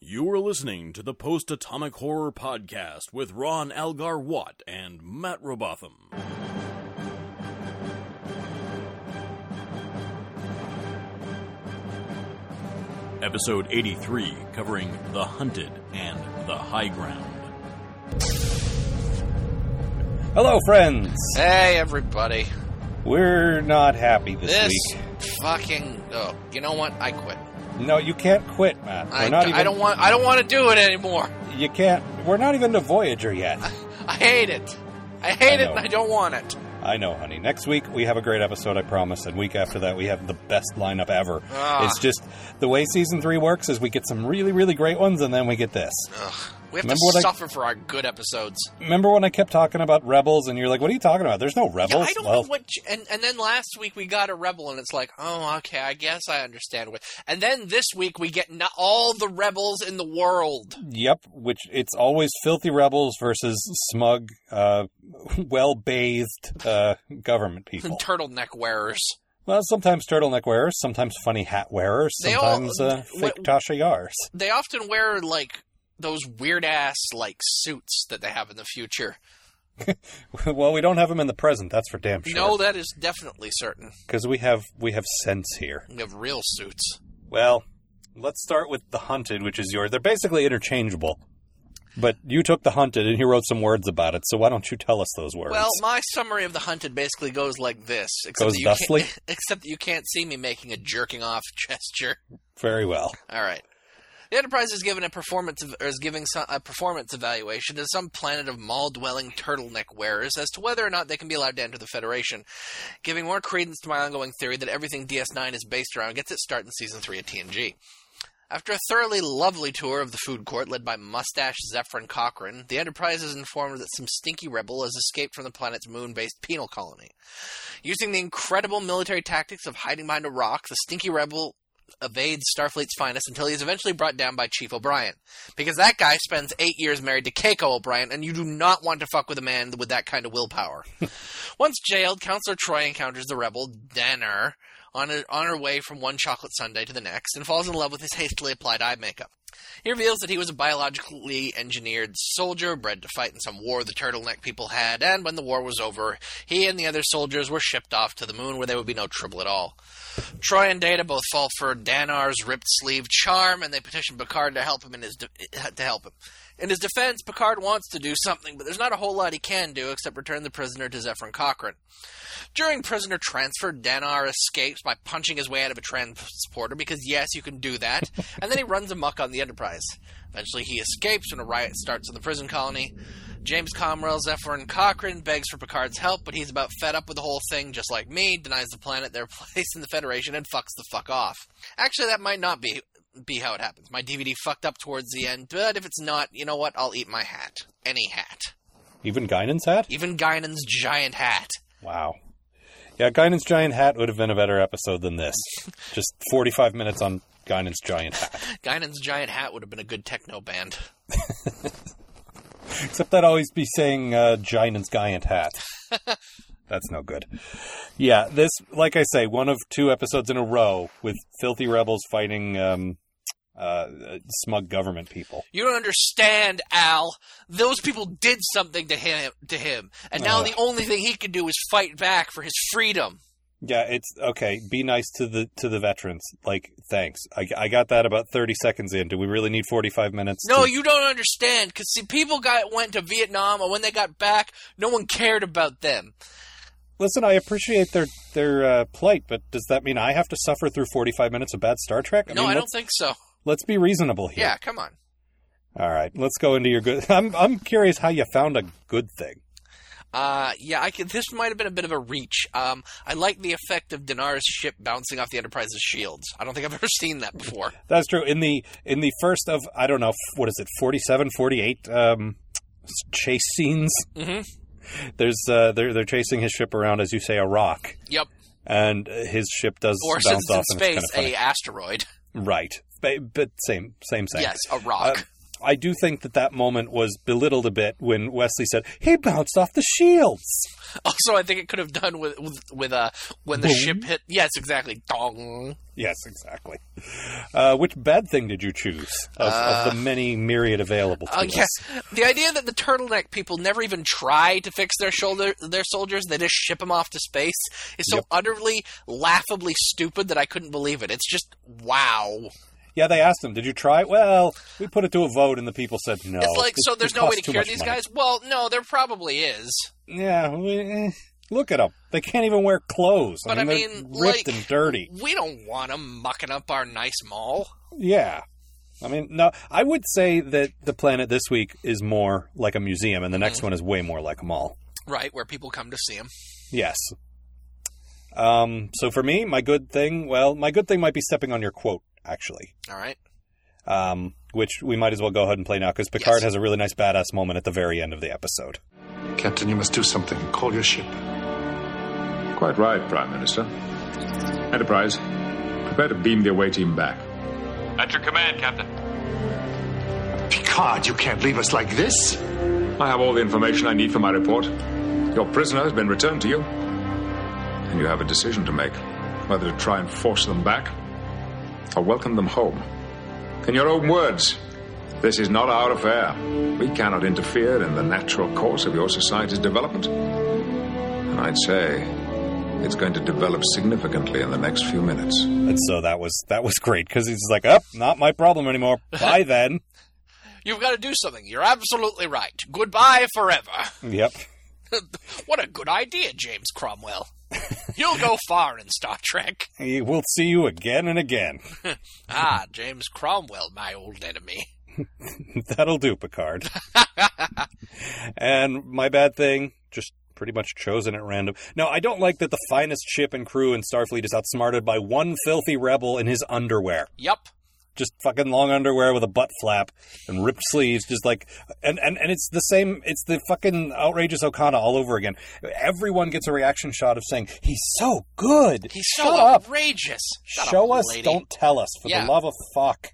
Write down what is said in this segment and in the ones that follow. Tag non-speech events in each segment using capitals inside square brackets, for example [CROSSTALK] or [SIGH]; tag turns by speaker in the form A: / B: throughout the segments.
A: You are listening to the Post Atomic Horror Podcast with Ron Algar Watt and Matt Robotham. Episode 83, covering The Hunted and The High Ground.
B: Hello, friends.
C: Hey, everybody.
B: We're not happy this,
C: This
B: week.
C: fucking. Oh, you know what? I quit.
B: No, you can't quit, Matt. We're
C: I,
B: not even.
C: I don't want. I don't want to do it anymore.
B: You can't. We're not even to Voyager yet.
C: I hate it. I hate
B: I
C: it,
B: know.
C: and I don't want it.
B: I know, honey. Next week we have a great episode, I promise. And week after that we have the best lineup ever.
C: Ah.
B: It's just the way season three works is we get some really, really great ones, and then we get this.
C: Ugh. We have
B: Remember
C: to
B: what I-
C: suffer for our good episodes.
B: Remember when I kept talking about rebels, and you're like, "What are you talking about? There's no
C: Yeah,
B: rebels."
C: I don't
B: well,
C: know what. j- And and then last week we got a rebel, and it's like, oh, okay, I guess I understand what. And then this week we get no- all the rebels in the world.
B: Yep, which it's always filthy rebels versus smug, uh, [LAUGHS] well bathed uh, government
C: [LAUGHS]
B: people.
C: Turtleneck wearers.
B: Well, sometimes turtleneck wearers, sometimes funny hat wearers,
C: They all-
B: sometimes uh,
C: wh-
B: fake Tasha Yars. [LAUGHS]
C: They often wear like those weird ass like suits that they have in the future.
B: well, we don't have them in the present, that's for damn
C: No,
B: sure.
C: that is definitely certain.
B: Because we have we have sense here.
C: We have real suits.
B: Well, let's start with the hunted, which is yours. They're basically interchangeable. But you took the hunted and you wrote some words about it, so why don't you tell us those words?
C: Well, my summary of the hunted basically goes like this. Except
B: Goes
C: that you
B: thusly?
C: can't- [LAUGHS] Except that you can't see me making a jerking off [LAUGHS] gesture.
B: Very well.
C: All right. The Enterprise is giving a performance or is giving some, a performance evaluation to some planet of mall-dwelling turtleneck wearers as to whether or not they can be allowed to enter the Federation, giving more credence to my ongoing theory that everything DS9 is based around gets its start in season three of TNG. After a thoroughly lovely tour of the food court led by mustache Zephyrin Cochrane, the Enterprise is informed that some stinky rebel has escaped from the planet's moon-based penal colony. Using the incredible military tactics of hiding behind a rock, the stinky rebel evades Starfleet's finest until he is eventually brought down by Chief O'Brien. Because that guy spends eight years married to Keiko O'Brien, and you do not want to fuck with a man with that kind of willpower. Once jailed, Counselor Troy encounters the rebel, Danner, on her, on her way from one chocolate sundae to the next, and falls in love with his hastily applied eye makeup. He reveals that he was a biologically engineered soldier bred to fight in some war the turtleneck people had, and when the war was over, he and the other soldiers were shipped off to the moon where there would be no trouble at all. Troy and Data both fall for Danar's ripped sleeve charm, and they petition Picard to help him in his de- to help him. In his defense, Picard wants to do something, but there's not a whole lot he can do except return the prisoner to Zephyrin Cochrane. During prisoner transfer, Danar escapes by punching his way out of a transporter because, yes, you can do that, and then he runs amok on the Enterprise. Eventually, he escapes when a riot starts in the prison colony. James Comrell, Zephyrin Cochrane begs for Picard's help, but he's about fed up with the whole thing, just like me, denies the planet their [LAUGHS] place in the Federation, and fucks the fuck off. Actually, that might not be be how it happens. My DVD fucked up towards the end, but if it's not, you know what? I'll eat my hat. Any hat.
B: Even Guinan's hat?
C: Even Guinan's giant hat.
B: Wow. Yeah, Guinan's giant hat would have been a better episode than this. Just 45 minutes on Guinan's giant hat.
C: Guinan's giant hat would have been a good techno band.
B: Except I'd always be saying uh, Giant's Giant
C: [LAUGHS]
B: Hat. That's no good. Yeah, this, like I say, one of two episodes in a row with filthy rebels fighting um, uh, uh, smug government people.
C: You don't understand, Al. Those people did something to him to him. And now
B: Ugh.
C: the only thing he can do is fight back for his freedom.
B: Yeah, it's okay. Be nice to the to the veterans. Like, thanks. I, I got that about thirty seconds in. Do we really need forty five minutes?
C: No,
B: to-
C: you don't understand. Cause see, people got went to Vietnam, and when they got back, no one cared about them.
B: listen. I appreciate their their uh, plight, but does that mean I have to suffer through forty five minutes of bad Star Trek?
C: no, I
B: let's,
C: don't think so.
B: Let's be reasonable here.
C: Yeah, come on.
B: All right, let's go into your good. [LAUGHS] I'm I'm curious how you found a good thing.
C: Uh, yeah, I could, this might have been a bit of a reach. Um, I like the effect of Dinar's ship bouncing off the Enterprise's shields. I don't think I've [LAUGHS] ever seen that before.
B: That's true. In the in the first of I don't know f- what is it 47, 48 um, s- chase scenes.
C: Mhm.
B: There's uh, they're they're chasing his ship around as you say a rock,
C: Yep.
B: and uh, his ship does
C: Or
B: bounce
C: since
B: off.
C: it's in
B: and it's
C: space,
B: kind of funny.
C: a asteroid.
B: right, but, but same same thing.
C: Yes, a rock.
B: Uh, I do think that that moment was belittled a bit when Wesley said he bounced off the shields.
C: Also, I think it could have done with with, with uh when the
B: Boom.
C: ship hit. Yes, exactly. Dong.
B: Yes, exactly. Uh, which bad thing did you choose of, of the many myriad available to
C: Uh,
B: us?
C: yeah. The idea that the turtleneck people never even try to fix their shoulder their soldiers, they just ship them off to space is so
B: Yep.
C: utterly laughably stupid that I couldn't believe it. It's just wow.
B: Yeah, they asked him, "Did you try?" Well, we put it to a vote, and the people said no.
C: It's like
B: Oh, It-
C: so
B: it
C: there's no
B: costs
C: way to
B: too
C: cure
B: much
C: these
B: money."
C: guys. Well, no, there probably is.
B: Yeah, we- eh, look at them. They can't even wear clothes.
C: But
B: I
C: I
B: mean, they're
C: mean,
B: ripped
C: like-
B: and dirty.
C: We don't want them mucking up our nice mall.
B: Yeah. I mean, no, I would say that the planet this week is more like a museum, and the
C: Mm.
B: next one is way more like a mall.
C: Right, where people come to see them.
B: Yes. Um, so for me, my good thing, well, my good thing might be stepping on your quote, actually,
C: All right.
B: um, which we might as well go ahead and play now because Picard
C: Yes.
B: has a really nice badass moment at the very end of the episode.
D: Captain, you must do something. Call your ship.
E: Quite right, Prime Minister. Enterprise, prepare to beam the away team back.
F: At your command, Captain.
D: Picard, you can't leave us like this.
E: I have all the information I need for my report. Your prisoner has been returned to you, and you have a decision to make whether to try and force them back or welcome them home. In your own words, this is not our affair. We cannot interfere in the natural course of your society's development. And I'd say it's going to develop significantly in the next few minutes.
B: And so that was that was great because he's like, "Up, not my problem anymore." Bye then.
C: You've got to do something. You're absolutely right. Goodbye forever.
B: yep.
C: [LAUGHS] What a good idea, James Cromwell. You'll go far in Star Trek.
B: We'll see you again and again. [LAUGHS]
C: Ah, James Cromwell, my old enemy.
B: That'll do, Picard. and my bad thing, just pretty much chosen at random. No, I don't like that the finest ship and crew in Starfleet is outsmarted by one filthy rebel in his underwear.
C: Yup.
B: Just fucking long underwear with a butt flap and ripped sleeves, just like and, and, and it's the same it's the fucking outrageous Okada all over again. Everyone gets a reaction shot of saying, He's so good.
C: He's
B: Shut
C: so
B: up.
C: outrageous. Shut
B: Show
C: up,
B: us,
C: lady.
B: don't tell us, for
C: Yeah.
B: the love of fuck.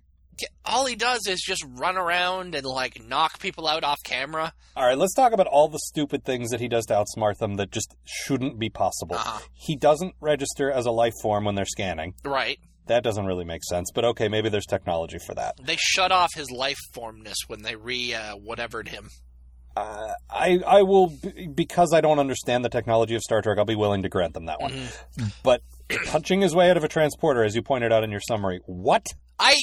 C: All he does is just run around and, like, knock people out off camera.
B: All right, let's talk about all the stupid things that he does to outsmart them that just shouldn't be possible.
C: Uh-huh.
B: He doesn't register as a life form when they're scanning.
C: Right.
B: That doesn't really make sense, but okay, maybe there's technology for that.
C: They shut off his life formness when they re uh, whatevered him.
B: Uh, I I will b- because I don't understand the technology of Star Trek. I'll be willing to grant them that one.
C: Mm-hmm.
B: But [CLEARS THROAT] punching his way out of a transporter, as you pointed out in your summary, what?
C: I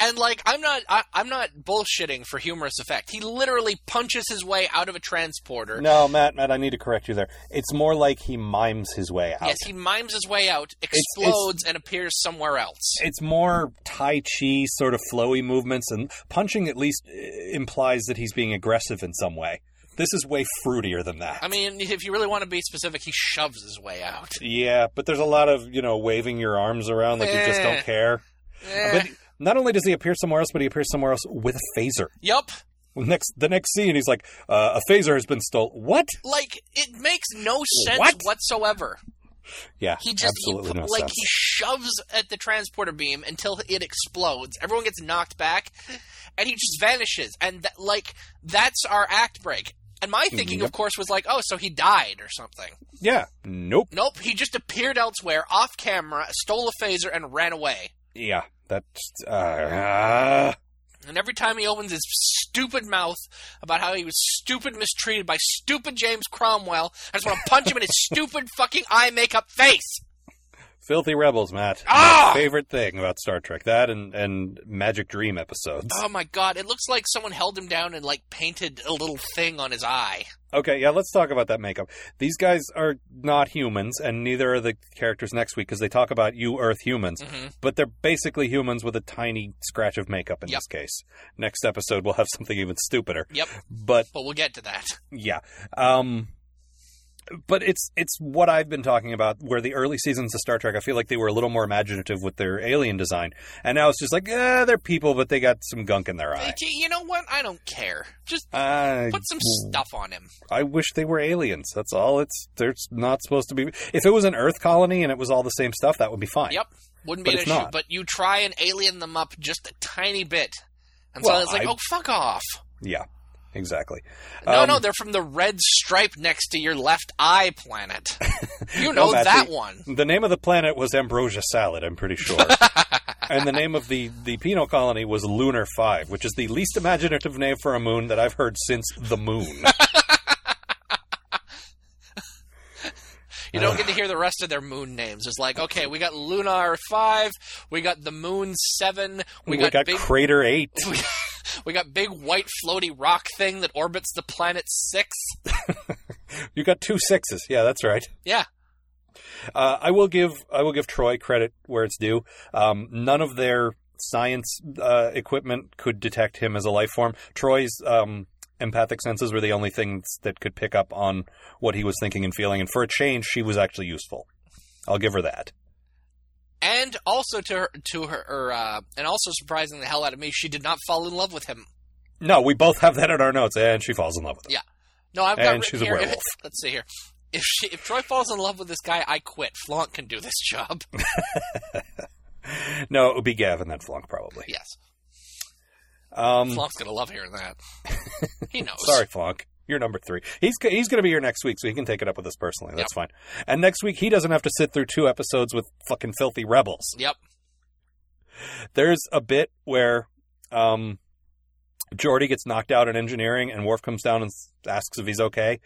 C: and like I'm not I, I'm not bullshitting for humorous effect. He literally punches his way out of a transporter.
B: No, Matt, Matt, I need to correct you there. It's more like he mimes his way out.
C: Yes, he mimes his way out,
B: it's-
C: explodes, and appears somewhere else.
B: it's more tai chi sort of flowy movements and punching at least uh, implies that he's being aggressive in some way this is way fruitier than that
C: I mean, if you really want to be specific, he shoves his
B: [LAUGHS]
C: way out.
B: yeah but there's a lot of you know waving your arms around like you just
C: Eh.
B: don't care but not only does he appear somewhere else but he appears somewhere else with a phaser
C: Yup.
B: next the next scene he's like uh, a phaser has been stolen what
C: Like it makes no sense
B: What?
C: whatsoever.
B: yeah
C: He just he
B: absolutely
C: pu-
B: no
C: like
B: sense
C: he shoves at the transporter beam until it explodes. Everyone gets knocked back, and he just vanishes. And that like that's our act break. And my thinking,
B: Mm-hmm.
C: of course, was like, oh, so he died or something.
B: yeah nope
C: Nope, he just appeared elsewhere, off camera, stole a phaser, and ran away.
B: yeah that's uh, uh,
C: And every time he opens his stupid mouth about how he was stupid mistreated by stupid James Cromwell, I just want to punch him in his stupid fucking eye makeup face.
B: Filthy Rebels, Matt.
C: Ah!
B: My favorite thing about Star Trek. That and, and Magic Dream episodes.
C: Oh my god, it looks like someone held him down and like painted a little thing on his eye.
B: Okay, yeah, let's talk about that makeup. These guys are not humans, and neither are the characters next week because they talk about you Earth humans,
C: Mhm.
B: but they're basically humans with a tiny scratch of makeup in
C: Yep.
B: this case. Next episode, we'll have [LAUGHS] something even stupider.
C: Yep,
B: But
C: but we'll get to that.
B: yeah. Um but it's it's what I've been talking about. Where the early seasons of Star Trek, I feel like they were a little more imaginative with their alien design, and now it's just like, eh, they're people, but they got some gunk in their eye.
C: Like, You know what? I don't care. Just
B: I,
C: put some stuff on him.
B: I wish they were aliens. That's all. It's they're not supposed to be. If it was an Earth colony and it was all the same stuff, that would be fine.
C: Yep, wouldn't be
B: But
C: an
B: it's
C: issue.
B: not.
C: But you try and alien them up just a tiny bit. And so
B: Well,
C: it's like,
B: I-
C: oh, fuck off.
B: Yeah, exactly.
C: No,
B: Um,
C: no, they're from the red stripe next to your left eye
B: [LAUGHS]
C: planet. You know
B: No, Matt,
C: that
B: the-
C: one.
B: The name of the planet was Ambrosia Salad, I'm pretty sure. and the name of the, the penal colony was Lunar 5, which is the least imaginative name for a moon that I've heard since the moon.
C: You
B: uh,
C: don't get to hear the rest of their moon names. It's like, okay, we got Lunar 5, we got the Moon 7, we,
B: we,
C: got,
B: got,
C: big,
B: Crater 8.
C: [LAUGHS] we got big white floaty rock thing that orbits the planet 6.
B: You got two sixes. Yeah, that's right.
C: Yeah.
B: Uh, I will give I will give Troy credit where it's due. Um, none of their science uh, equipment could detect him as a life form. Troy's um, empathic senses were the only things that could pick up on what he was thinking and feeling, and for a change, she was actually useful. I'll give her that.
C: And also to her, to her, her uh, and also surprising the hell out of me, she did not fall in love with him.
B: No, we both have that in our notes, and she falls in love with him.
C: Yeah. No, I've got
B: And
C: written
B: she's a
C: here-
B: werewolf.
C: [LAUGHS] let's see here. If she, if Troy falls in love with this guy, I quit. Flaunt can do this job. [LAUGHS]
B: No, it would be Gavin then Flunk probably.
C: Yes,
B: Um,
C: Flaunt's gonna love hearing
B: [LAUGHS]
C: that. He knows.
B: Sorry, Flonk. You're number three. He's go- he's going to be here next week, so he can take it up with us personally. That's fine. And next week he doesn't have to sit through two episodes with fucking filthy rebels.
C: Yep.
B: There's a bit where um, Jordy gets knocked out in engineering, and Worf comes down and s- asks if he's okay.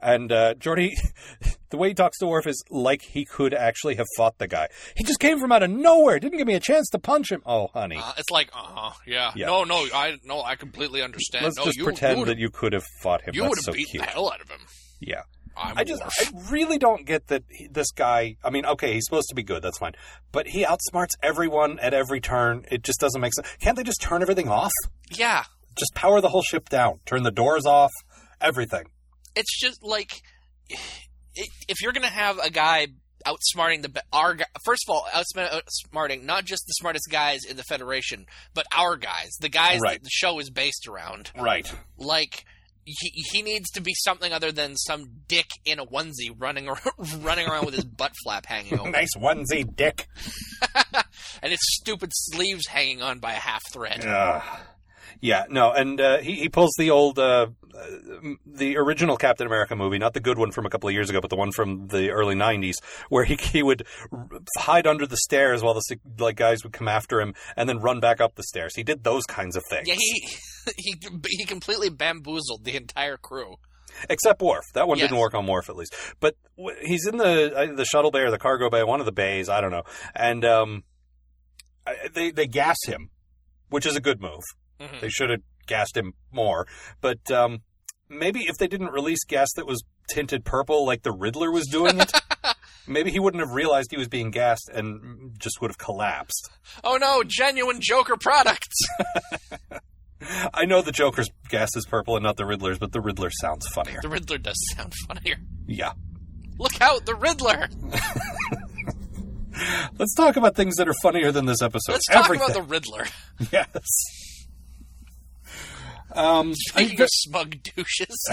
B: And uh, Jordy, [LAUGHS] the way he talks to Worf is like he could actually have fought the guy. He just came from out of nowhere. Didn't give me a chance to punch him. Oh, honey.
C: Uh, it's like, uh huh, yeah.
B: Yeah.
C: No, no, I no, I completely understand.
B: Let's
C: no,
B: just
C: you,
B: pretend
C: you would
B: that you could have fought him.
C: you would
B: That's
C: have
B: so
C: beaten
B: cute.
C: the hell out of him.
B: Yeah.
C: I'm
B: I just,
C: Worf.
B: I really don't get that he, this guy. I mean, okay, he's supposed to be good. That's fine, but he outsmarts everyone at every turn. It just doesn't make sense. Can't they just turn everything off?
C: yeah.
B: Just power the whole ship down. Turn the doors off. Everything.
C: It's just like i- if you're gonna have a guy outsmarting the be- our gu- first of all outsma- outsmarting not just the smartest guys in the Federation, but our guys, the guys
B: Right.
C: that the show is based around.
B: Right.
C: Like. He, he needs to be something other than some dick in a onesie running ar- [LAUGHS] running around with his butt flap hanging open
B: Nice onesie, dick.
C: [LAUGHS] and his stupid sleeves hanging on by a half thread.
B: Ugh. Ah. Yeah, no, and uh, he he pulls the old uh, uh, the original Captain America movie, not the good one from a couple of years ago, but the one from the early '90s, where he he would r- hide under the stairs while the sec- like guys would come after him, and then run back up the stairs. He did those kinds of things.
C: Yeah, he he [LAUGHS] he completely bamboozled the entire crew.
B: except Worf. That one
C: Yes.
B: didn't work on Worf, at least. But w- he's in the uh, the shuttle bay or the cargo bay, one of the bays, I don't know. And um, I- they they gas him, which is a good move.
C: Mhm.
B: They should have gassed him more. But um, maybe if they didn't release gas that was tinted purple, like the Riddler was doing
C: [LAUGHS]
B: it. Maybe he wouldn't have realized he was being gassed and just would have collapsed.
C: Oh no, genuine Joker products. [LAUGHS]
B: I know the Joker's gas is purple and not the Riddler's, but the Riddler sounds funnier.
C: the Riddler does sound funnier.
B: Yeah.
C: Look out, the Riddler.
B: Let's talk about things that are funnier than this episode.
C: Let's talk
B: Everything.
C: about the
B: [LAUGHS]
C: Riddler.
B: Yes. Um, I-
C: Speaking of smug
B: [LAUGHS]
C: douches.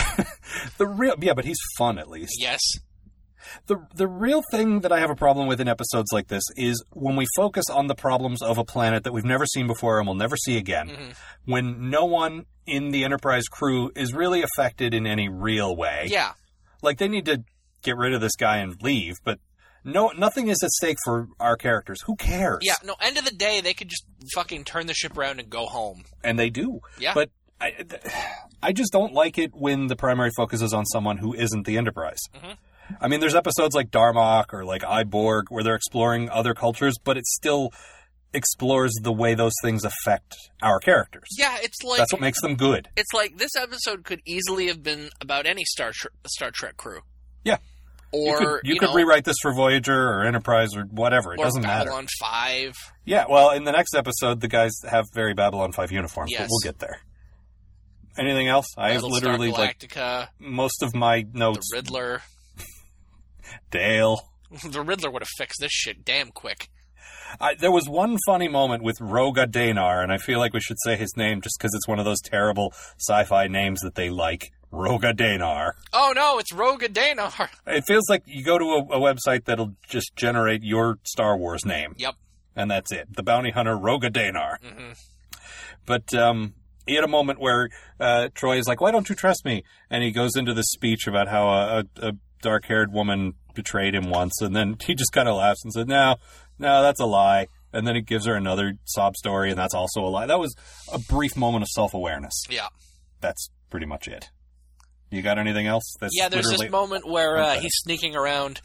B: the real yeah, but he's fun at least.
C: yes.
B: The the real thing that I have a problem with in episodes like this is when we focus on the problems of a planet that we've never seen before and we'll never see again.
C: Mm-hmm.
B: When no one in the Enterprise crew is really affected in any real way.
C: Yeah.
B: Like they need to get rid of this guy and leave, but no nothing is at stake for our characters. Who cares?
C: Yeah. No, end of the day, they could just fucking turn the ship around and go home.
B: and they do.
C: Yeah.
B: But I, th- I just don't like it when the primary focus is on someone who isn't the Enterprise.
C: Mm-hmm.
B: I mean, there's episodes like Darmok or like Iborg where they're exploring other cultures, but it still explores the way those things affect our characters.
C: Yeah, it's like
B: That's what makes them good.
C: it's like this episode could easily have been about any Star Trek, Star Trek crew.
B: Yeah.
C: Or
B: you could, you could
C: know,
B: rewrite this for Voyager or Enterprise or whatever. It
C: or
B: doesn't matter.
C: Babylon Five.
B: Yeah, well, in the next episode, the guys have very Babylon 5 uniforms,
C: Yes.
B: but we'll get there. Anything else? I have
C: Battlestar
B: literally, like,
C: Galactica,
B: most of my
C: the
B: notes.
C: Riddler. [LAUGHS]
B: Dale.
C: the Riddler would have fixed this shit damn quick.
B: I, there was one funny moment with Roga Danar, and I feel like we should say his name just because it's one of those terrible sci-fi names that they like. Roga Danar.
C: Oh no, it's Roga [LAUGHS] Danar.
B: It feels like you go to a, a website that'll just generate your Star Wars name,
C: Yep. Mm-hmm.
B: and that's it. The bounty hunter Roga Danar. But um, he had a moment where uh, Troy is like, "Why don't you trust me?" And he goes into this speech about how a, a, a dark-haired woman betrayed him once, and then he just kind of laughs and said, "No, no, that's a lie." And then he gives her another sob story, and that's also a lie. That was a brief moment of self-awareness.
C: Yeah.
B: That's pretty much it. You got anything else? That's
C: yeah, there's
B: literally-
C: this moment where uh,
B: Okay.
C: he's sneaking around,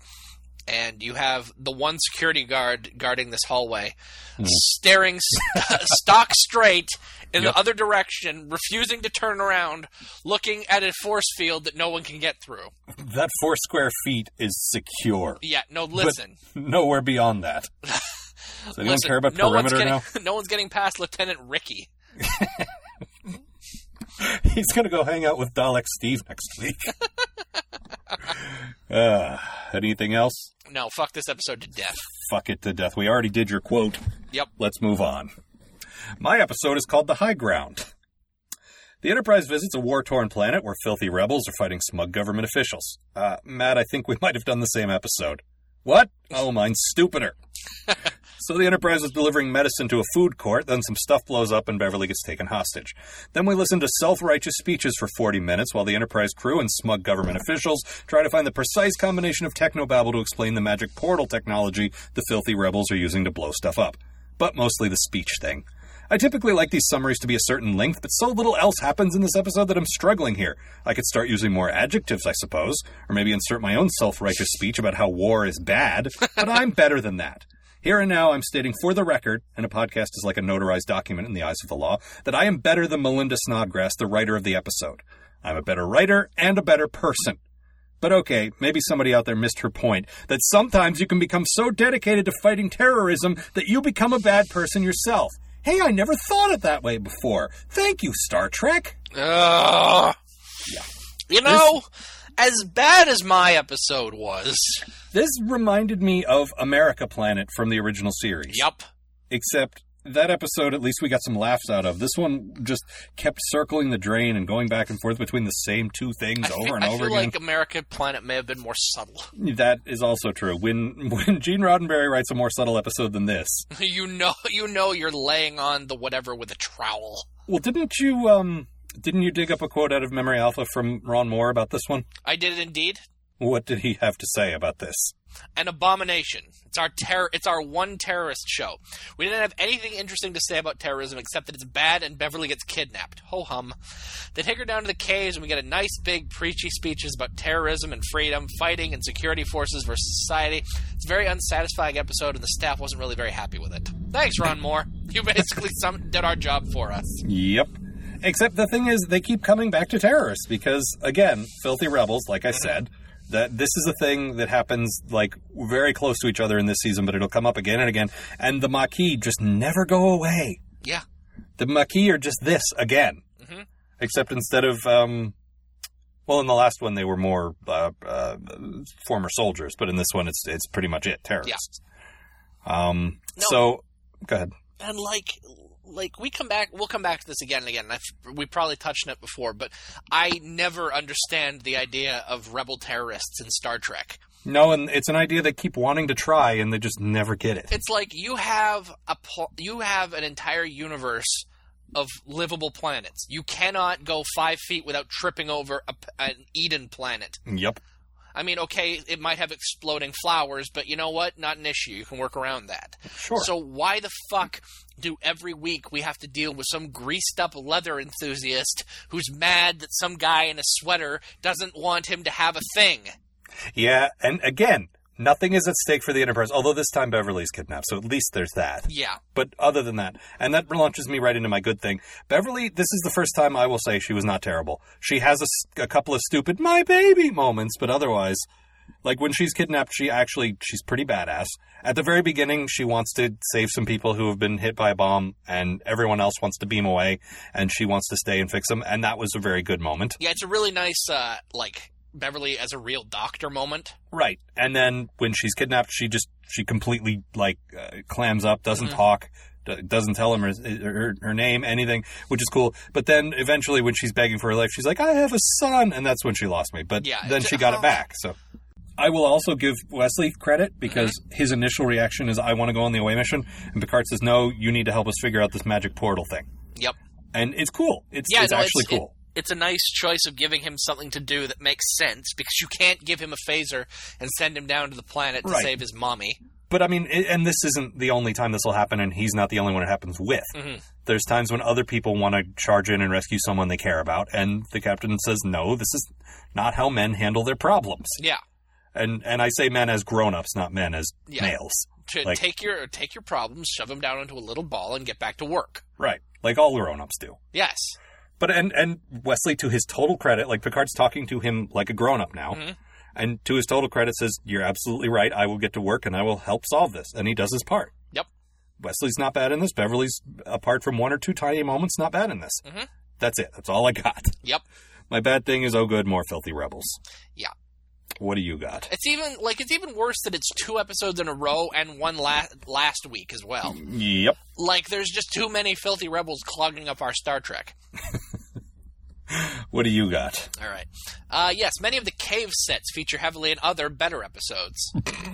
C: and you have the one security guard guarding this hallway,
B: Hmm.
C: staring st- [LAUGHS] stock straight in
B: Yep.
C: the other direction, refusing to turn around, looking at a force field that no one can get through.
B: that four square feet is secure.
C: [LAUGHS] Yeah, no, listen,
B: Nowhere beyond
C: [LAUGHS]
B: that. Does anyone
C: listen.
B: care about
C: no
B: perimeter now?
C: one's getting, [LAUGHS] No one's getting past Lieutenant Ricky.
B: He's going to go hang out with Dalek Steve next week. uh, anything else?
C: No, fuck this episode to death.
B: Fuck it to death. We already did your quote.
C: Yep.
B: Let's move on. My episode is called The High Ground. The Enterprise visits a war torn planet where filthy rebels are fighting smug government officials. Uh, Matt, I think we might have done the same episode. What? Oh, mine's stupider. so the Enterprise is delivering medicine to a food court, then some stuff blows up and Beverly gets taken hostage. Then we listen to self righteous speeches for 40 minutes while the Enterprise crew and smug government officials try to find the precise combination of technobabble to explain the magic portal technology the filthy rebels are using to blow stuff up. But mostly the speech thing. I typically like these summaries to be a certain length, but so little else happens in this episode that I'm struggling here. I could start using more adjectives, I suppose, or maybe insert my own self righteous speech about how war is bad, but I'm better than that. Here and now, I'm stating for the record, and a podcast is like a notarized document in the eyes of the law, that I am better than Melinda Snodgrass, the writer of the episode. I'm a better writer and a better person. But okay, maybe somebody out there missed her point that sometimes you can become so dedicated to fighting terrorism that you become a bad person yourself. Hey, I never thought it that way before. Thank you, Star Trek.
C: Ugh. You know, as bad as my episode was.
B: This reminded me of America Planet from the original series.
C: Yup.
B: Except that episode, at least we got some laughs out of. This one just kept circling the drain and going back and forth between the same two things
C: I
B: over
C: feel-
B: and
C: I
B: over
C: feel
B: again.
C: like American Planet may have been more subtle. [LAUGHS]
B: That is also true. When [LAUGHS] when Gene Roddenberry writes a more subtle episode than this,
C: you know, you know, you're laying on the whatever with a trowel.
B: Well, didn't you um didn't you dig up a quote out of Memory Alpha from Ron Moore about this one?
C: I did it indeed.
B: What did he have to say about this?
C: An abomination. It's our terror. It's our one terrorist show. We didn't have anything interesting to say about terrorism except that it's bad and Beverly gets kidnapped. Ho hum. They take her down to the caves and we get a nice big preachy speeches about terrorism and freedom, fighting and security forces versus society. It's a very unsatisfying episode and the staff wasn't really very happy with it. Thanks, Ron Moore. You basically [LAUGHS] summed, did our job for us.
B: Yep. Except the thing is, they keep coming back to terrorists because, again, filthy rebels. Like I said, that this is a thing that happens like very close to each other in this season, but it'll come up again and again. And the Maquis just never go away.
C: Yeah.
B: The Maquis are just this again, except instead of um, well, in the last one they were more uh, uh, former soldiers, but in this one it's it's pretty much it terrorists. Um.
C: No.
B: So go ahead.
C: and like like we come back we'll come back to this again and again and I've, we probably touched on it before but i never understand the idea of rebel terrorists in star trek
B: No, and it's an idea they keep wanting to try, and they just never get it.
C: it's like you have a pl- you have an entire universe of livable planets you cannot go five feet without tripping over a p an eden planet
B: Yep.
C: i mean okay it might have exploding flowers but you know what not an issue you can work around that
B: Sure.
C: So why the fuck do every week we have to deal with some greased up leather enthusiast who's mad that some guy in a sweater doesn't want him to have a thing?
B: yeah, and again, nothing is at stake for the Enterprise, although this time Beverly's kidnapped, so at least there's that.
C: Yeah.
B: But other than that, and that launches me right into my good thing. Beverly, this is the first time I will say she was not terrible. She has a s- a, couple of stupid "my baby" moments, but otherwise, like when she's kidnapped, she actually she's pretty badass. At the very beginning, she wants to save some people who have been hit by a bomb, and everyone else wants to beam away, and she wants to stay and fix them, and that was a very good moment.
C: Yeah, it's a really nice uh like Beverly as a real doctor moment.
B: Right. And then when she's kidnapped, she just she completely like uh, clams up, doesn't
C: Mm-hmm.
B: talk, d- doesn't tell him her, her her name, anything, which is cool. But then eventually, when she's begging for her life, she's like, "I have a son," and that's when she lost me. But
C: Yeah.
B: then she got it back. So. I will also give Wesley credit
C: Mm-hmm.
B: because his initial reaction is, I want to go on the away mission. And Picard says, No, you need to help us figure out this magic portal thing.
C: Yep.
B: and it's cool. It's,
C: Yeah,
B: it's
C: no,
B: actually
C: it's, it-
B: cool.
C: it's a nice choice of giving him something to do that makes sense because you can't give him a phaser and send him down to the planet to
B: Right.
C: save his mommy.
B: but I mean, i and this isn't the only time this will happen, and he's not the only one it happens with. There's times when other people want to charge in and rescue someone they care about, and the captain says, "No, this is not how men handle their problems."
C: Yeah.
B: And and I say men as grown-ups, not men as
C: Yeah.
B: males.
C: To
B: Like-
C: take your take your problems, shove them down into a little ball, and get back to work.
B: Right. Like all grown-ups do.
C: Yes.
B: But and and Wesley, to his total credit, like Picard's talking to him like a grown up now,
C: Mm-hmm.
B: and to his total credit, says, "You're absolutely right. I will get to work and I will help solve this." And he does his part.
C: Yep.
B: Wesley's not bad in this. Beverly's, apart from one or two tiny moments, not bad in this.
C: Mm-hmm.
B: That's it. That's all I got.
C: Yep.
B: My bad thing is, oh, good, more filthy rebels.
C: Yeah.
B: What do you got?
C: It's even like it's even worse that it's two episodes in a row and one last last week
B: [CLEARS THROAT]
C: as well.
B: Yep.
C: Like there's just too many filthy rebels clogging up our Star Trek.
B: What do you got?
C: All right. Uh, yes, many of the cave sets feature heavily in other better episodes.
B: [LAUGHS]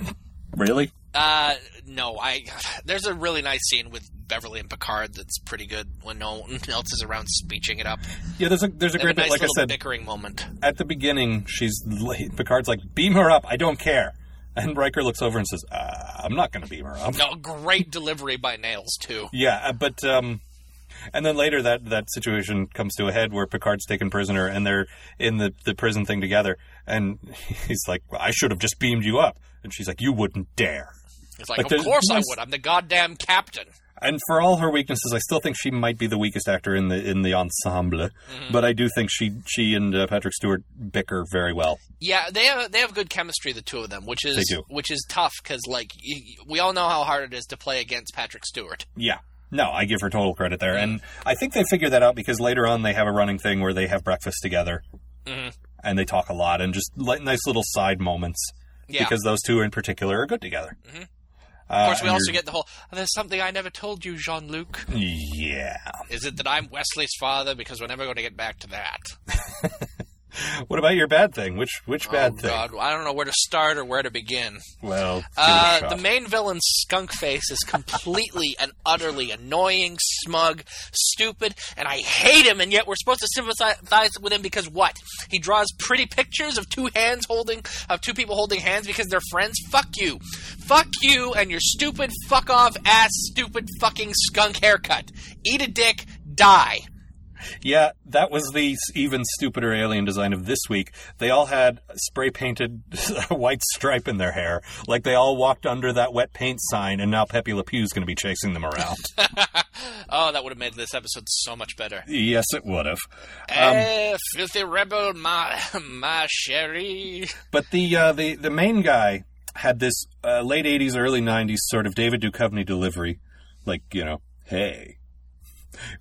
B: Really?
C: Uh, no, I. [SIGHS] There's a really nice scene with Beverly and Picard that's pretty good when no one [LAUGHS] else is around speeching it up.
B: Yeah. There's a there's a
C: They have a
B: great
C: nice
B: bit. Like I
C: little
B: said,
C: bickering moment.
B: at the beginning, she's Picard's like, "Beam her up. I don't care." And Riker looks over and says, uh, "I'm not going to beam her up."
C: No, great delivery by Nails too.
B: Yeah, uh, but um, and then later that that situation comes to a head where Picard's taken prisoner and they're in the the prison thing together, and [LAUGHS] he's like, well, "I should have just beamed you up," and she's like, "You wouldn't dare."
C: It's like,
B: Like,
C: of
B: there's-
C: course I
B: there's-
C: would. I'm the goddamn captain.
B: And for all her weaknesses, I still think she might be the weakest actor in the in the ensemble. But I do think she she and uh, Patrick Stewart bicker very well.
C: Yeah, they have they have good chemistry, the two of them, which is
B: They do.
C: which is tough because like y- y- we all know how hard it is to play against Patrick Stewart.
B: Yeah. No, I give her total credit there. And I think they figured that out because later on they have a running thing where they have breakfast together
C: Mm-hmm.
B: and they talk a lot and just li- nice little side moments
C: Yeah. Mm-hmm.
B: because those two in particular are good together. Uh,
C: Of course, we
B: and
C: also
B: you're-
C: get the whole. There's something I never told you, Jean Luc.
B: Yeah.
C: Is it that I'm Wesley's father? Because we're never going to get back to that.
B: What about your bad thing? Which which bad
C: oh
B: thing?
C: God, I don't know where to start or where to begin.
B: Well, give it a
C: Uh,
B: shot.
C: the main villain, Skunkface, is completely and utterly annoying, smug, stupid, and I hate him. And yet we're supposed to sympathize with him because what? He draws pretty pictures of two hands holding, of two people holding hands because they're friends. Fuck you, fuck you, and your stupid, fuck off ass, stupid fucking skunk haircut. Eat a dick, die. [LAUGHS]
B: Yeah, that was the s- even stupider alien design of this week. They all had spray painted [LAUGHS] white stripe in their hair, like they all walked under that wet paint sign, and now Pepe Le Pew's going to be chasing them around.
C: Oh, that would have made this episode so much better.
B: yes, it would have.
C: Eh, filthy rebel, my [LAUGHS] my sherry.
B: But the uh, the the main guy had this uh, late '80s, early '90s sort of David Duchovny delivery, like you know, "Hey,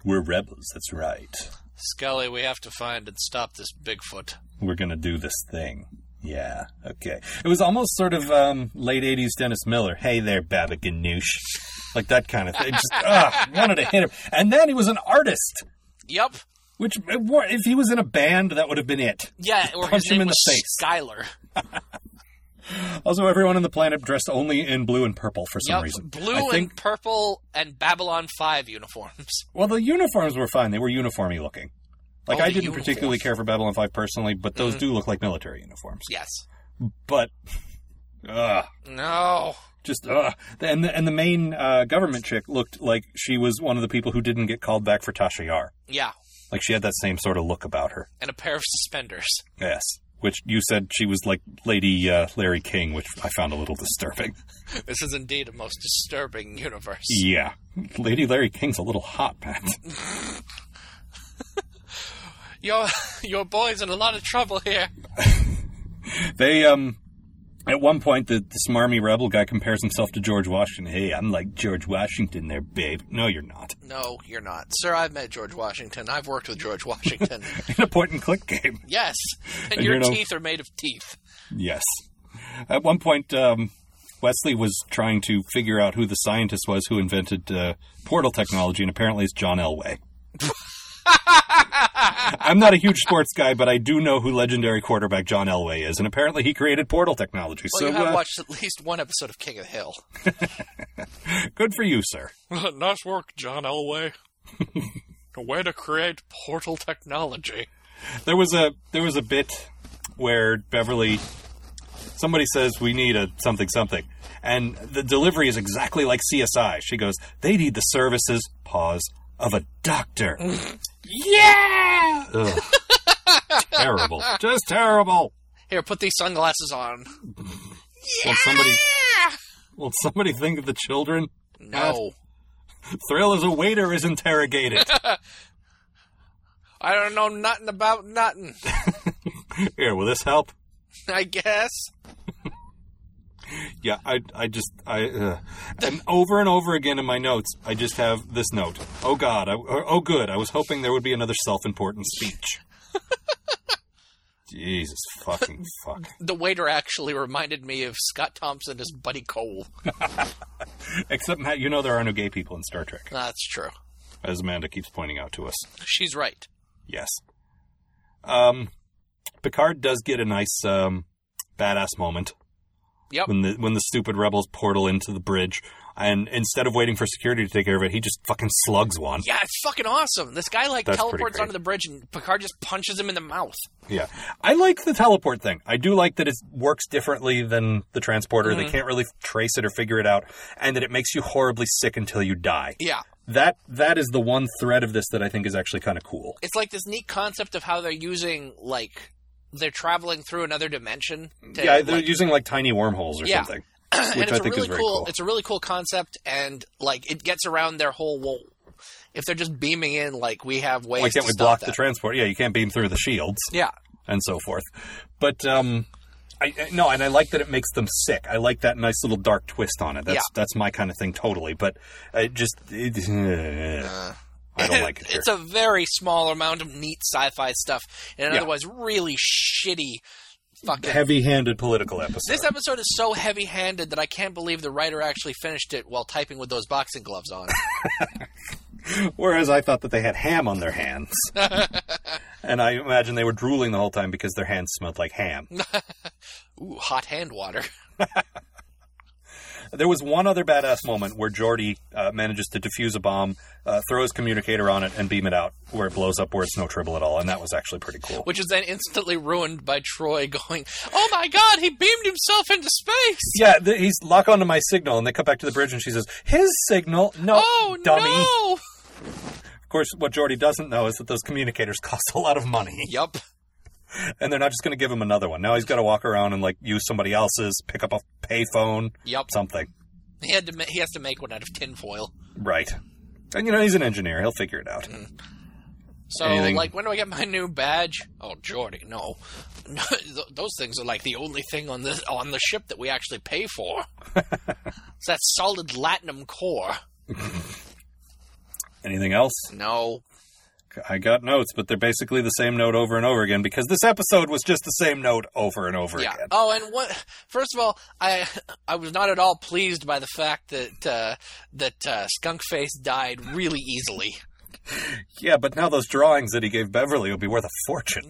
B: we're rebels. That's right.
C: Scully, we have to find and stop this Bigfoot.
B: We're gonna do this thing." Yeah. Okay. It was almost sort of um, late '80s Dennis Miller. Hey there, Baba Ganoush. Like that kind of thing.
C: [LAUGHS]
B: Just ah, wanted to hit him. And then he was an artist,
C: Yep.
B: which if he was in a band, that would have been it.
C: Yeah, or his
B: Punch him
C: name
B: in the
C: was
B: face.
C: Skylar.
B: Also, everyone on the planet dressed only in blue and purple for some
C: Yep.
B: reason.
C: Blue
B: I think
C: and purple and Babylon 5 uniforms. [LAUGHS]
B: Well, the uniforms were fine. They were uniformy looking. Like
C: Oh,
B: I didn't
C: the uniforms. Mm-hmm.
B: particularly care for Babylon Five personally, but those do look like military uniforms.
C: yes.
B: But, [LAUGHS] ugh,
C: No.
B: just ugh. And the, and the main uh, government chick looked like she was one of the people who didn't get called back for Tasha Yar.
C: Yeah.
B: Like she had that same sort of look about her.
C: And a pair of suspenders. [LAUGHS]
B: Yes. Which you said she was like Lady uh, Larry King, which I found a little disturbing.
C: This is indeed a most disturbing universe.
B: Yeah, Lady Larry King's a little hot, Pat.
C: Your your boy's in a lot of trouble here.
B: They um at one point the, the smarmy rebel guy compares himself to George Washington. Hey, I'm like George Washington there, babe. No, you're not. [LAUGHS]
C: No, you're not. Sir, I've met George Washington. I've worked with George
B: [LAUGHS]
C: Washington.
B: In a point and click game.
C: yes. And,
B: And
C: your
B: you're no-
C: teeth are made of teeth.
B: Yes. At one point um Wesley was trying to figure out who the scientist was who invented uh, portal technology, and apparently it's John Elway. [LAUGHS] I'm not a huge sports guy, but I do know who legendary quarterback John Elway is, and apparently he created portal technology.
C: Well,
B: so
C: you have
B: uh,
C: watched at least one episode of King of the Hill.
B: good for you, sir.
C: [LAUGHS] nice work, John Elway.
G: A way to create portal technology.
B: There was a there was a bit where Beverly somebody says we need a something something and the delivery is exactly like CSI. She goes, "They need the services pause of a doctor." yeah. Ugh. terrible. Just terrible.
C: Here, put these sunglasses on.
B: Will somebody Will somebody think of the children?
C: No.
B: Thrill as a waiter is interrogated. [LAUGHS]
C: I don't know nothing about nothing, [LAUGHS]
B: Here, will this help?
C: I guess.
B: Yeah, I, I just, I, uh, and over and over again in my notes, I just have this note. Oh God, I, or, oh good, I was hoping there would be another self-important speech. Jesus fucking fuck.
C: The waiter actually reminded me of Scott Thompson as Buddy Cole.
B: Except Matt, you know there are no gay people in Star Trek,
C: That's true.
B: as Amanda keeps pointing out to us.
C: She's right.
B: Yes. Um, Picard does get a nice um, badass moment
C: Yep.
B: when the when the stupid rebels portal into the bridge, and instead of waiting for security to take care of it, he just fucking slugs one.
C: Yeah, it's fucking awesome. This guy like
B: That's pretty
C: teleports
B: great.
C: onto the bridge and Picard just punches him in the mouth.
B: Yeah. I like the teleport thing. I do like that it works differently than the transporter.
C: Mm.
B: They can't really trace it or figure it out, and that it makes you horribly sick until you die.
C: Yeah.
B: That that is the one thread of this that I think is actually kind of cool.
C: It's like this neat concept of how they're using like they're traveling through another dimension. To,
B: Yeah, they're
C: like-
B: using like tiny wormholes or
C: Yeah. [CLEARS THROAT]
B: something,
C: and
B: which
C: it's
B: I
C: a
B: think
C: really
B: is very
C: cool,
B: cool.
C: It's a really cool concept, and like it gets around their whole. Well, if they're just beaming in, like we have ways.
B: Why can't
C: to
B: we
C: stop
B: block
C: that.
B: the transport? Yeah, you can't beam through the shields.
C: Yeah,
B: and so forth. But um, I, I no, and I like that it makes them sick. I like that nice little dark twist on it. That's
C: Yeah.
B: that's my kind of thing, totally. But it just it, [LAUGHS] I don't like it. Here.
C: [LAUGHS] it's a very small amount of neat sci-fi stuff, and
B: Yeah.
C: otherwise really shitty. Fucking
B: heavy-handed political episode.
C: [LAUGHS] This episode is so heavy-handed that I can't believe the writer actually finished it while typing with those boxing gloves
B: [LAUGHS]
C: on.
B: Whereas I thought that they had ham on their
C: [LAUGHS]
B: hands, and I imagine they were drooling the whole time because their hands smelled like ham.
C: Ooh, hot hand water. [LAUGHS]
B: There was one other badass moment where Jordy uh, manages to defuse a bomb, uh, throw his communicator on it, and beam it out where it blows up, where it's no tribble at all, and that was actually pretty cool.
C: Which is then instantly ruined by Troy going, "Oh my God, he beamed himself into space."
B: Yeah, th he's lock onto my signal, and they come back to the bridge, and she says, "His signal? No,
C: Oh
B: dummy." [LAUGHS]
C: no!
B: Of course, what Jordy doesn't know is that those communicators [LAUGHS] cost a lot of money,
C: Yup.
B: and they're not just going to give him another one. Now he's got to walk around and like use somebody else's, pick up a payphone,
C: Yup.
B: something,
C: He had to. Ma- he has to make one out of tinfoil.
B: right? And you know he's an engineer; he'll figure it out.
C: Mm. So,
B: Anything-
C: like, when do I get my new badge? Oh, Jordy, no. [LAUGHS] No, th- Those things are like the only thing on the on the ship that we actually pay
B: [LAUGHS]
C: for. it's that solid latinum core.
B: Anything else?
C: No,
B: I got notes, but they're basically the same note over and over again because this episode was just the same note over and over again.
C: Oh, and what? First of all, I [LAUGHS] I was not at all pleased by the fact that uh, that uh, Skunkface died really easily.
B: Yeah, but now those drawings that he gave Beverly will be worth a fortune.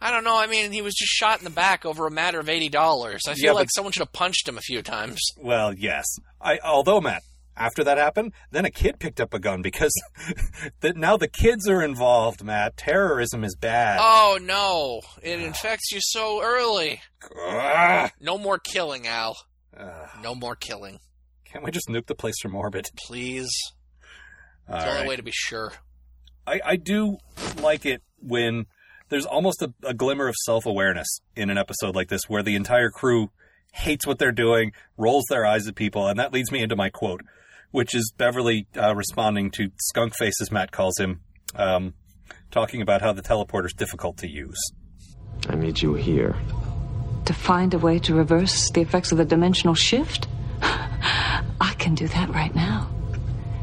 C: I don't know. I mean, he was just shot in the back over a matter of eighty dollars. I feel
B: Yeah,
C: like
B: but-
C: someone should have punched him a few times.
B: Well, yes. I although Matt, after that happened, then a kid picked up a gun because [LAUGHS] that now the kids are involved, Matt. Terrorism is bad.
C: Oh no! It infects you so early.
B: Ugh.
C: No more killing, Al.
B: Ugh.
C: No more killing,
B: can't we just nuke the place from orbit?
C: please.
B: All
C: It's the only
B: right.
C: way to be sure.
B: I, I do like it when there's almost a, a glimmer of self awareness in an episode like this where the entire crew hates what they're doing, rolls their eyes at people, and that leads me into my quote, which is Beverly uh, responding to Skunkface, as Matt calls him, um, talking about how the teleporter's difficult to use.
H: I meet you here.
I: To find a way to reverse the effects of the dimensional shift? [LAUGHS] I can do that right now.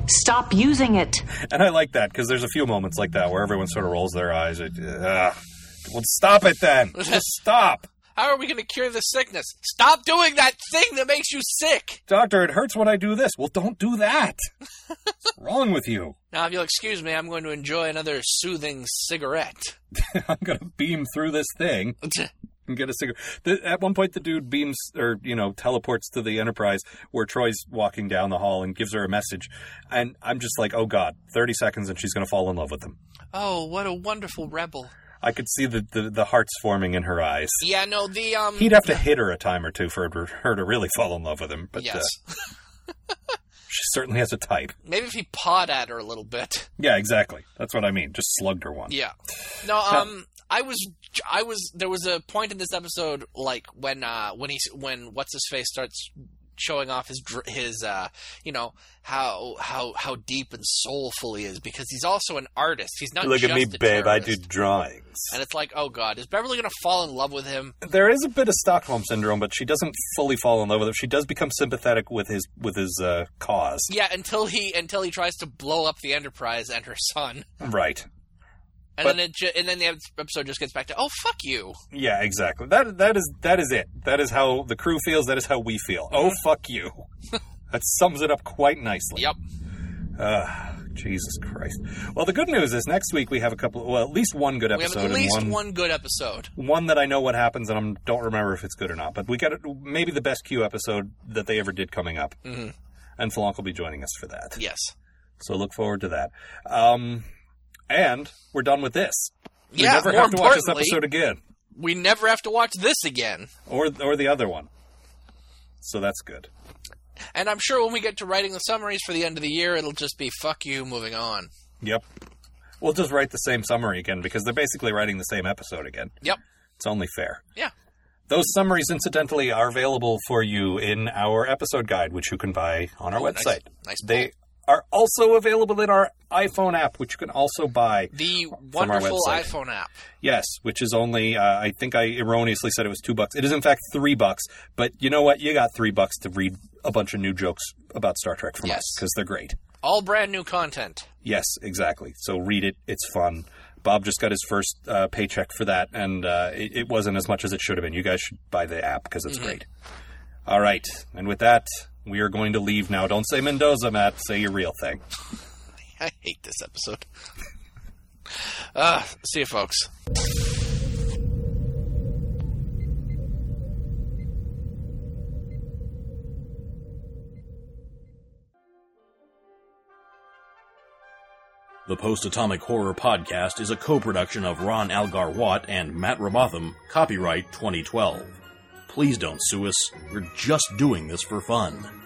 I: Stop using it!
B: And I like that because there's a few moments like that where everyone sort of rolls their eyes. It, uh, well, stop it then. Just stop.
C: How are we going to cure this sickness? Stop doing that thing that makes you sick.
B: Doctor, it hurts when I do this. Well, don't do that. What's wrong with you? [LAUGHS]
C: Now, if you'll excuse me, I'm going to enjoy another soothing cigarette. [LAUGHS]
B: I'm going to beam through this thing. and get a cigarette. The, at one point, the dude beams or you know teleports to the Enterprise where Troy's walking down the hall and gives her a message, and I'm just like, oh god, thirty seconds and she's gonna fall in love with him.
C: Oh, what a wonderful rebel.
B: I could see the the, the hearts forming in her eyes.
C: Yeah, no, the um
B: He'd have to hit her a time or two for her- her to really fall in love with him, but [LAUGHS]
C: yes.
B: uh, she certainly has a type.
C: Maybe if he pawed at her a little bit.
B: Yeah, exactly. That's what I mean. Just slugged her one.
C: Yeah. No, um I was I was there was a point in this episode like when uh when he when what's his face starts showing off his dr- his uh you know how how how deep and soulful he is because he's also an artist. He's not
B: Look
C: just
B: at me,
C: a
B: babe. I do
C: terrorist.
B: drawings.
C: And it's like, oh god, is Beverly going to fall in love with him?
B: There is a bit of Stockholm syndrome, but she doesn't fully fall in love with him. She does become sympathetic with his with his uh, cause.
C: Yeah, until he until he tries to blow up the Enterprise and her son,
B: Right. But-
C: and then it ju- and then the episode just gets back to, oh fuck you.
B: Yeah, exactly. That that is that is it. That is how the crew feels. That is how we feel. Oh fuck
C: [LAUGHS]
B: you. that sums it up quite nicely.
C: Yep.
B: Jesus Christ. Well, the good news is next week we have a couple. Well, at least one good
C: We have
B: episode.
C: at least
B: and
C: one,
B: one,
C: good episode.
B: one that I know what happens, and I don't remember if it's good or not. But we got it- maybe the best Q episode that they ever did coming up. Mm-hmm. And Flonk will be joining us for that.
C: Yes.
B: So look forward to that. Um, and we're done with this. We
C: yeah.
B: never
C: more
B: have to watch this
C: importantly,
B: episode again,
C: we never have to watch this again.
B: or or the other one. So that's good.
C: And I'm sure when we get to writing the summaries for the end of the year, it'll just be fuck you, moving on.
B: Yep. We'll just write the same summary again because they're basically writing the same episode again.
C: Yep.
B: It's only fair.
C: Yeah.
B: Those summaries, incidentally, are available for you in our episode guide, which you can buy on our
C: Oh, nice.
B: website.
C: Nice
B: They
C: pull.
B: are also available in our iPhone app, which you can also buy.
C: The
B: our
C: wonderful
B: website.
C: iPhone app.
B: Yes, which is only uh, I think I erroneously said it was two bucks. It is in fact three bucks. But you know what? You got three bucks to read a bunch of new jokes about Star Trek from us
C: Yes.
B: because they're great.
C: All brand new content. [LAUGHS]
B: Yes, exactly. So read it. It's fun. Bob just got his first uh, paycheck for that, and uh, it, it wasn't as much as it should have been. You guys should buy the app because it's great. All right, and with that, we are going to leave now. Don't say Mendoza, Matt. Say your real thing.
C: I hate this episode. [LAUGHS] uh, see you, folks.
A: The Post Atomic Horror Podcast is a co production of Ron Algar Watt and Matt Robotham, copyright 2012. Please don't sue us, we're just doing this for fun.